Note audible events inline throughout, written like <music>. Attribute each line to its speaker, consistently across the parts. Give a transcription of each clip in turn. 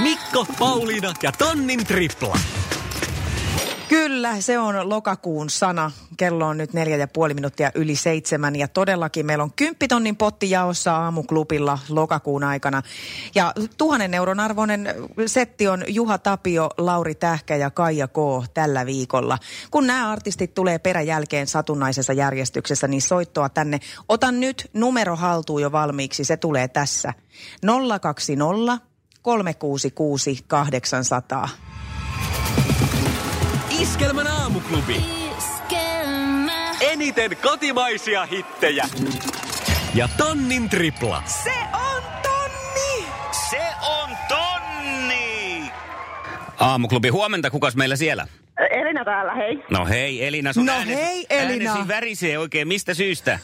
Speaker 1: Mikko, Pauliina ja Tonnin tripla.
Speaker 2: Kyllä, se on lokakuun sana. Kello on nyt neljä ja puoli minuuttia yli seitsemän ja todellakin meillä on kymppitonnin potti jaossa aamuklubilla lokakuun aikana. Ja tuhannen euron arvoinen setti on Juha Tapio, Lauri Tähkä ja Kaija K. tällä viikolla. Kun nämä artistit tulee peräjälkeen satunnaisessa järjestyksessä, niin soittoa tänne. Otan nyt numero haltuun jo valmiiksi, se tulee tässä. 020 366 800.
Speaker 1: Iskelmän aamuklubi. Eniten kotimaisia hittejä. Ja Tonnin tripla.
Speaker 2: Se on tonni!
Speaker 3: Se on tonni!
Speaker 4: Aamuklubi, huomenta, kukas meillä siellä?
Speaker 5: Elina täällä, hei.
Speaker 4: No hei Elina, sun
Speaker 2: No
Speaker 4: äänes,
Speaker 2: hei, Elina.
Speaker 4: äänesi värisee oikein, mistä syystä?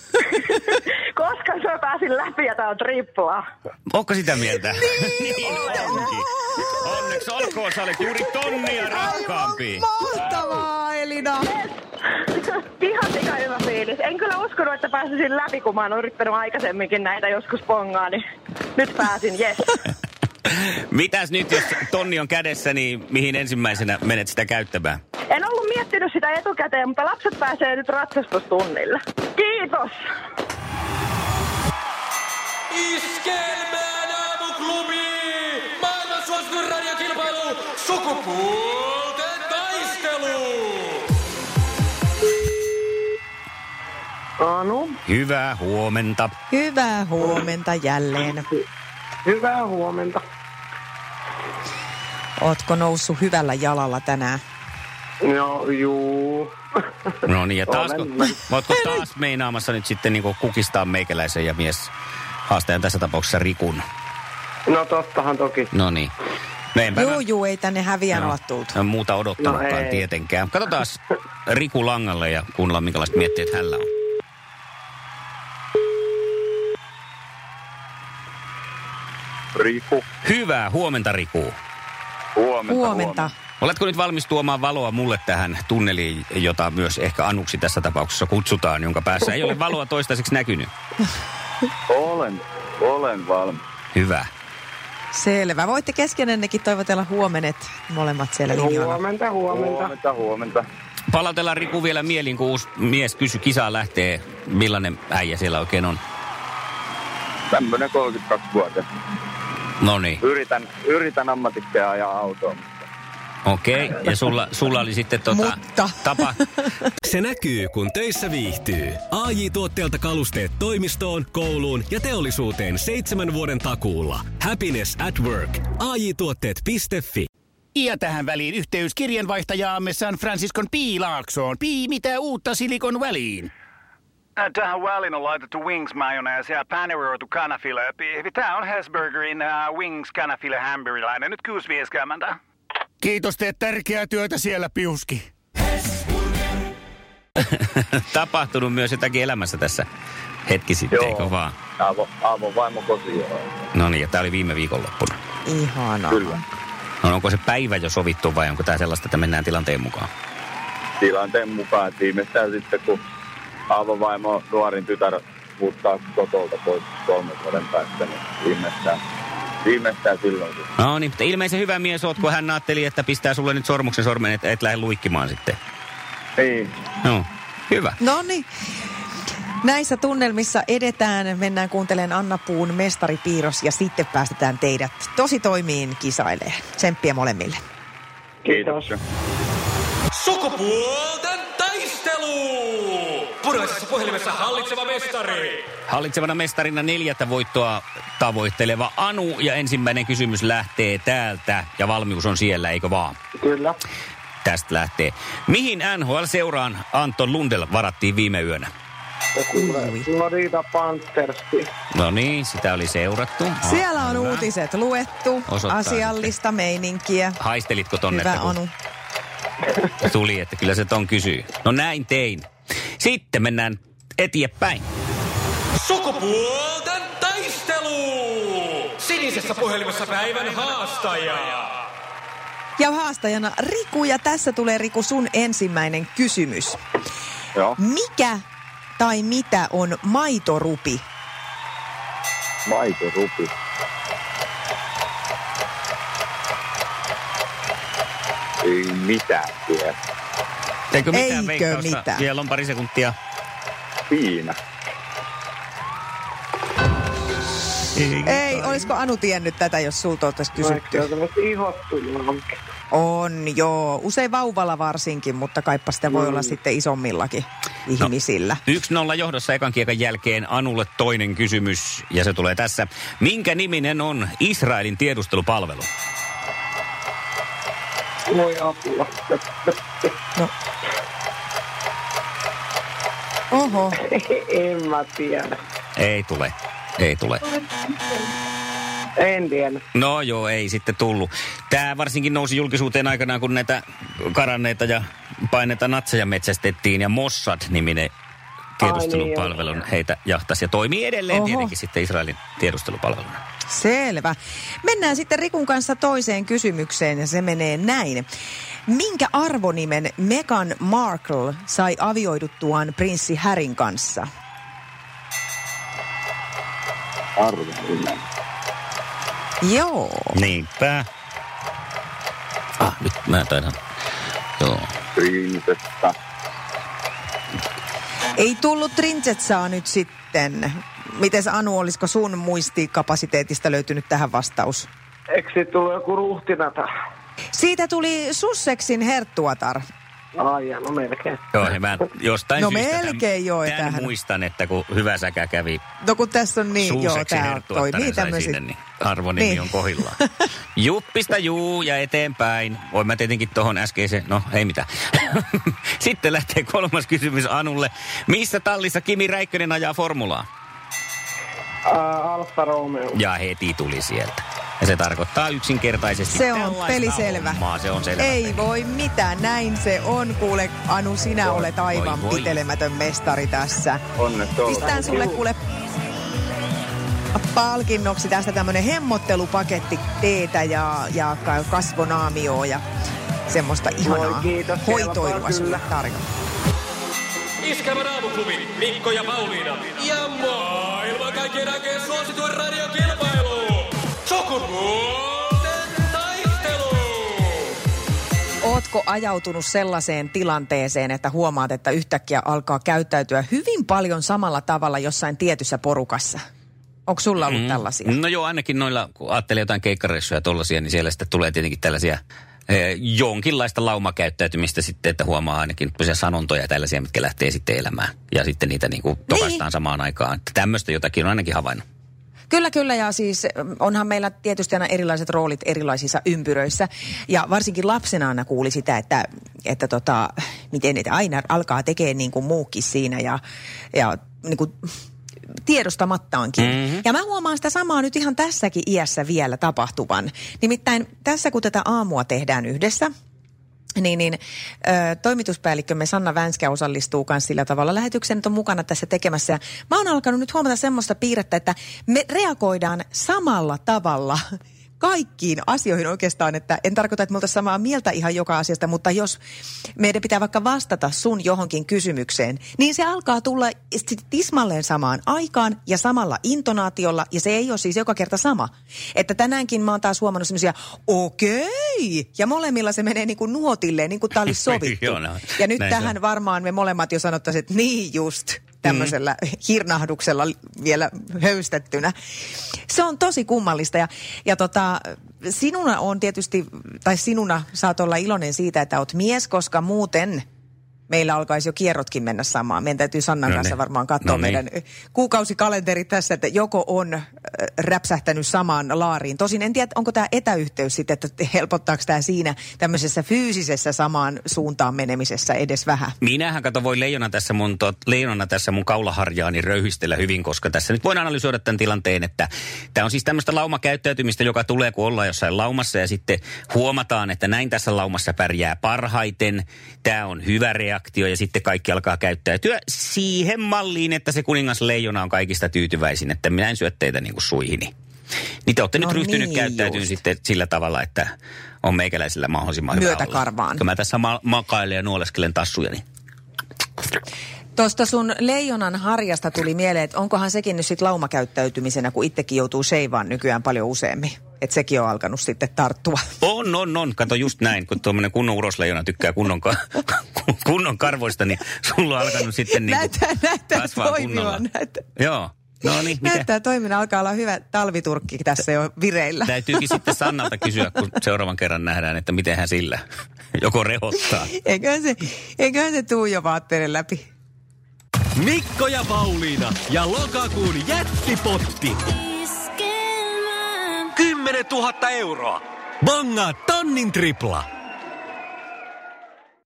Speaker 5: Koska sä pääsin läpi ja tää on tripla.
Speaker 4: Ootko sitä
Speaker 2: <laughs>
Speaker 4: mieltä? <laughs> Niin, onkin. Onneksi olkoon, sä olet juuri tonnia rakkaampi.
Speaker 2: Mahtavaa, Elina!
Speaker 5: <laughs> Ihan sika hyvä fiilis. En kyllä uskonut, että pääsisin läpi, kun mä oon yrittänyt aikaisemminkin näitä joskus pongaa, niin nyt pääsin, <laughs> jes.
Speaker 4: Mitäs nyt, jos tonni on kädessä, niin mihin ensimmäisenä menet sitä käyttämään?
Speaker 5: En ollut miettinyt sitä etukäteen, mutta lapset pääsee nyt ratsastustunnille. Kiitos!
Speaker 6: Iskelmään aamuklubi! Maailman suosituin radiokilpailu! Sukupuolten taistelu!
Speaker 7: Anu,
Speaker 4: Hyvää huomenta.
Speaker 2: Hyvää huomenta jälleen.
Speaker 7: hyvää huomenta.
Speaker 2: Ootko noussut hyvällä jalalla tänään?
Speaker 7: No, juu.
Speaker 4: No niin, ja taas,
Speaker 7: Olen.
Speaker 4: kun, ootko taas meinaamassa nyt sitten niin kukistaa meikäläisen ja mies haastajan tässä tapauksessa Rikun?
Speaker 7: No tottahan toki.
Speaker 4: No niin. No enpä mä-
Speaker 2: Juu, juu, ei tänne häviän olla tultu.
Speaker 4: En Äh, muuta odottanutkaan
Speaker 7: No ei.
Speaker 4: tietenkään. Katsotaan Riku Langalle ja kuunnellaan minkälaiset mietteet hänellä on.
Speaker 8: Riku,
Speaker 4: Hyvää huomenta Riku.
Speaker 8: huomenta.
Speaker 2: Huomenta.
Speaker 4: Oletko nyt valmis tuomaan valoa mulle tähän tunneliin, jota myös ehkä Anuksi tässä tapauksessa kutsutaan, jonka päässä ei ole valoa toistaiseksi näkynyt?
Speaker 8: Olen, olen valmis.
Speaker 4: Hyvä.
Speaker 2: Selvä. Voitte keskenennekin toivotella huomenet molemmat siellä linjoilla.
Speaker 7: Huomenta, huomenta.
Speaker 8: Huomenta, huomenta.
Speaker 4: Palautellaan Riku vielä mieliin, kun uusi mies kysy kisaan lähtee, millainen äijä siellä oikein on.
Speaker 8: Tämmönen 32 vuotta.
Speaker 4: No niin,
Speaker 8: Yritän, yritän ammatikseen ajaa autoa.
Speaker 4: okei. Okay. Ja sulla, sulla oli sitten tota,
Speaker 2: Mutta.
Speaker 9: <laughs>
Speaker 4: tapa,
Speaker 1: Se näkyy, kun töissä viihtyy. AJ Tuotteelta kalusteet toimistoon, kouluun ja teollisuuteen seitsemän vuoden takuulla. Happiness at work. AJ Tuotteet.fi
Speaker 9: Ja tähän väliin yhteys kirjanvaihtajaamme San Franciscon P. Laaksoon. P. Mitä uutta Silikon väliin?
Speaker 3: Äh, Tähän väliin on laitettu wings mayonnaise ja paneroitu kanafila. Tämä on Hesburgerin uh, wings kanafila hamburilainen. Nyt kuusi vieskäämäntä.
Speaker 9: Kiitos, teet tärkeää työtä siellä, Piuski.
Speaker 4: <laughs> tapahtunut myös jotakin elämässä tässä hetki sitten,
Speaker 8: Joo.
Speaker 4: eikö vaan?
Speaker 8: Aavo, Aavo vaimo kosioon.
Speaker 4: No niin, ja tämä oli viime viikonloppuna.
Speaker 2: Ihanaa.
Speaker 8: Kyllä.
Speaker 4: No onko se päivä jo sovittu vai onko tämä sellaista, että mennään tilanteen mukaan?
Speaker 8: Tilanteen mukaan tiimestään sitten, kun Aavo vaimo nuorin tytär muuttaa kotolta pois kolmen vuoden päästä, niin viimeistään, viimeistään silloin. kun-
Speaker 4: No niin, mutta ilmeisen hyvä mies oot, kun hän ajatteli, että pistää sulle nyt sormuksen sormen, että et lähde luikkimaan sitten.
Speaker 8: Niin,
Speaker 4: No, hyvä.
Speaker 2: No niin. Näissä tunnelmissa edetään, mennään kuuntelemaan Anna Puun mestaripiirros ja sitten päästetään teidät tosi toimiin kisailee. Tsemppiä molemmille.
Speaker 8: kiitos.
Speaker 6: Sukupuolten taistelu! Puraisessa puhelimessa hallitseva mestari!
Speaker 4: Hallitsevana mestarina neljättä voittoa tavoitteleva Anu ja ensimmäinen kysymys lähtee täältä ja valmius on siellä, eikö vaan?
Speaker 7: Kyllä.
Speaker 4: Tästä lähtee. Mihin NHL-seuraan Anton Lundell varattiin viime yönä?
Speaker 7: Ja sillä,
Speaker 2: Ui.
Speaker 7: Florida Panthersi.
Speaker 4: No niin, sitä oli seurattu. No,
Speaker 2: Siellä on
Speaker 4: hyvä.
Speaker 2: uutiset luettu,
Speaker 4: Osoittaa
Speaker 2: asiallista meininkiä.
Speaker 4: Haistelitko tonne,
Speaker 2: Hyvä
Speaker 4: että kun
Speaker 2: Anu.
Speaker 4: <laughs> tuli, että kyllä se ton kysyy. No näin tein. Sitten mennään eteenpäin.
Speaker 6: Sukupuolten taistelu! Sinisessä puhelimessa päivän haastaja.
Speaker 2: Ja haastajana Riku, ja tässä tulee Riku sun ensimmäinen kysymys.
Speaker 8: Joo.
Speaker 2: Mikä tai mitä on maitorupi?
Speaker 8: Maitorupi. Ei mitään tiedä.
Speaker 4: Eikö mitään
Speaker 2: Eikö
Speaker 4: veikkausta?
Speaker 2: mitään?
Speaker 4: Vielä on pari sekuntia.
Speaker 8: Piina.
Speaker 2: Ei, olisiko Anu tiennyt tätä, jos sulta oltaisiin kysytty?
Speaker 7: Kaikki on semmoista ihottuja onkin.
Speaker 2: On, joo. Usein vauvalla varsinkin, mutta kaipa sitä voi olla sitten isommillakin
Speaker 4: No.
Speaker 2: ihmisillä.
Speaker 4: 1-0 johdossa ekan kiekan jälkeen Anulle toinen kysymys, ja se tulee tässä. Minkä niminen on Israelin tiedustelupalvelu?
Speaker 7: Voi apua.
Speaker 2: Oho.
Speaker 7: en mä tiedä.
Speaker 4: Ei tule, ei tule.
Speaker 7: En tiedä.
Speaker 4: No joo, ei sitten tullut. Tämä varsinkin nousi julkisuuteen aikanaan, kun näitä karanneita ja paineita natseja metsästettiin ja Mossad-niminen tiedustelupalvelun heitä jahtasi ja toimii edelleen
Speaker 2: niin, Oho.
Speaker 4: Oho. tietenkin sitten Israelin tiedustelupalveluna.
Speaker 2: Selvä. Mennään sitten Rikun kanssa toiseen kysymykseen ja se menee näin. Minkä arvonimen Meghan Markle sai avioiduttuaan prinssi Härin kanssa?
Speaker 8: Arvo.
Speaker 2: Joo.
Speaker 4: Niinpä. Ah, nyt mä taidan. Joo.
Speaker 8: Prinsessa.
Speaker 2: Ei tullut Trinchetsaa nyt sitten. Mites Anu, olisiko sun muistikapasiteetista löytynyt tähän vastaus?
Speaker 7: Eikö siitä tullut joku ruhtinata?
Speaker 2: Siitä tuli Sussexin herttuatar.
Speaker 7: Ai, ja, no melkein.
Speaker 4: Joo, ja mä jostain
Speaker 2: No
Speaker 4: syystä
Speaker 2: melkein joo,
Speaker 4: tämän
Speaker 2: tähän.
Speaker 4: muistan, että kun hyvä säkä kävi
Speaker 2: No kun tässä on niin, joo,
Speaker 4: suuseksi
Speaker 2: tämä toimii
Speaker 4: herttuattaren sai
Speaker 2: tämmöiset.
Speaker 4: sinne, niin arvonimi
Speaker 2: Niin.
Speaker 4: on kohdillaan. <laughs> Juppista juu ja eteenpäin. Voin mä tietenkin tohon äskeiseen, no ei mitään. <laughs> Sitten lähtee kolmas kysymys Anulle. Missä tallissa Kimi Räikkönen ajaa formulaa?
Speaker 7: Ää, Alfa Romeo.
Speaker 4: Ja heti tuli sieltä. Ja se tarkoittaa yksinkertaisesti
Speaker 2: Se on
Speaker 4: tällaista
Speaker 2: peliselvä.
Speaker 4: Hommaa. Se on selvä.
Speaker 2: Ei voi mitään, näin se on. Kuule, Anu, sinä olet aivan
Speaker 4: voi voi.
Speaker 2: pitelemätön mestari tässä.
Speaker 8: Onneksi olkoon.
Speaker 2: Pistään sulle kuule palkinnoksi tästä tämmönen hemmottelupaketti teetä ja, ja ka- kasvonaamioa ja semmoista ihanaa
Speaker 7: Voi kiitos,
Speaker 2: hoitoilua
Speaker 7: kelpaa
Speaker 2: sulle
Speaker 7: kyllä.
Speaker 2: tarjolla.
Speaker 6: Iskelmän aamuklubi, Mikko ja Pauliina. Ja maailman kaikkien aikeen suosituen radiokilpailu. Sukupuolten taistelu.
Speaker 2: Ootko ajautunut sellaiseen tilanteeseen, että huomaat, että yhtäkkiä alkaa käyttäytyä hyvin paljon samalla tavalla jossain tietyssä porukassa? Onko sulla ollut mm. tällaisia?
Speaker 4: No joo, ainakin noilla, kun ajattelee jotain keikkareissuja ja tollaisia, niin siellä sitten tulee tietenkin tällaisia eh, jonkinlaista laumakäyttäytymistä sitten, että huomaa ainakin tämmöisiä sanontoja ja tällaisia, mitkä lähtee sitten elämään. Ja sitten niitä niin kuin tokastaan
Speaker 2: Niin.
Speaker 4: samaan aikaan. Että Tämmöistä jotakin on ainakin havainnut.
Speaker 2: Kyllä, kyllä. Ja siis mm, onhan meillä tietysti aina erilaiset roolit erilaisissa ympyröissä. Ja varsinkin lapsena aina kuuli sitä, että, että tota, miten että aina alkaa tekemään niin kuin muukin siinä ja, ja niin kuin tiedostamattaankin. Mm-hmm. Ja mä huomaan sitä samaa nyt ihan tässäkin iässä vielä tapahtuvan. Nimittäin tässä kun tätä aamua tehdään yhdessä, niin, niin ö, toimituspäällikkömme Sanna Vänskä osallistuu myös sillä tavalla. Lähetyksen nyt on mukana tässä tekemässä. Ja mä oon alkanut nyt huomata semmoista piirrettä, että me reagoidaan samalla tavalla <laughs> kaikkiin asioihin oikeastaan, että en tarkoita, että me oltaisiin samaa mieltä ihan joka asiasta, mutta jos meidän pitää vaikka vastata sun johonkin kysymykseen, niin se alkaa tulla sit tismalleen samaan aikaan ja samalla intonaatiolla, ja se ei ole siis joka kerta sama. Että tänäänkin mä oon taas huomannut semmoisia, okei, ja molemmilla se menee niin kuin nuotilleen, niin kuin tämä
Speaker 4: <laughs>
Speaker 2: olisi sovittu.
Speaker 4: Joo, no,
Speaker 2: ja nyt
Speaker 4: näin se on.
Speaker 2: tähän varmaan me molemmat jo sanottaisiin, että niin just tämmöisellä
Speaker 4: Mm.
Speaker 2: hirnahduksella li- vielä höystettynä. Se on tosi kummallista ja, ja tota, sinuna on tietysti, tai sinuna saat olla iloinen siitä, että oot mies, koska muuten meillä alkaisi jo kierrotkin mennä samaan. Meidän täytyy Sannan
Speaker 4: No
Speaker 2: no
Speaker 4: niin.
Speaker 2: kanssa varmaan katsoa
Speaker 4: No
Speaker 2: no
Speaker 4: niin.
Speaker 2: meidän kuukausikalenteri tässä, että joko on äh, räpsähtänyt samaan laariin. Tosin en tiedä, onko tämä etäyhteys sitten, että helpottaako tämä siinä tämmöisessä fyysisessä samaan suuntaan menemisessä edes vähän.
Speaker 4: Minähän kato voi leijona tässä mun, tot, leijona tässä mun kaulaharjaani röyhistellä hyvin, koska tässä nyt voin analysoida tämän tilanteen, että tämä on siis tämmöistä laumakäyttäytymistä, joka tulee, kun ollaan jossain laumassa ja sitten huomataan, että näin tässä laumassa pärjää parhaiten. Tämä on hyvä reaktio ja sitten kaikki alkaa käyttäytyä siihen malliin, että se kuningas leijona on kaikista tyytyväisin, että minä en syö teitä niin kuin suihini. Niin te olette no
Speaker 2: No
Speaker 4: nyt ryhtynyt
Speaker 2: niin
Speaker 4: niin käyttäytymään
Speaker 2: just.
Speaker 4: sitten sillä tavalla, että on meikäläisillä mahdollisimman hyvä
Speaker 2: Myötäkarvaan.
Speaker 4: olla. Kun mä tässä ma- makailen ja nuoleskelen tassuja, niin
Speaker 2: Tuosta sun leijonan harjasta tuli mieleen, että onkohan sekin nyt sitten laumakäyttäytymisenä, kun itsekin joutuu seivaan nykyään paljon useammin. Että sekin on alkanut sitten tarttua.
Speaker 4: On, on, on. Oh, no, Kato just näin, kun tuommoinen kunnon urosleijona tykkää kunnon, ka- <laughs> kunnon karvoista, niin sulla on alkanut sitten niin
Speaker 2: näyttää, näyttää toimivan. Näyttää,
Speaker 4: Joo. No niin, mitä?
Speaker 2: näyttää toiminnan. Alkaa olla hyvä talviturkki tässä jo vireillä.
Speaker 4: Täytyykin sitten Sannalta kysyä, kun seuraavan kerran nähdään, että miten hän sillä <laughs> joko rehottaa.
Speaker 2: Eiköhän se, eiköhän se tuu jo vaatteiden läpi.
Speaker 1: Mikko ja Pauliina ja lokakuun jättipotti. 10 000 euroa. Bonga tonnin tripla.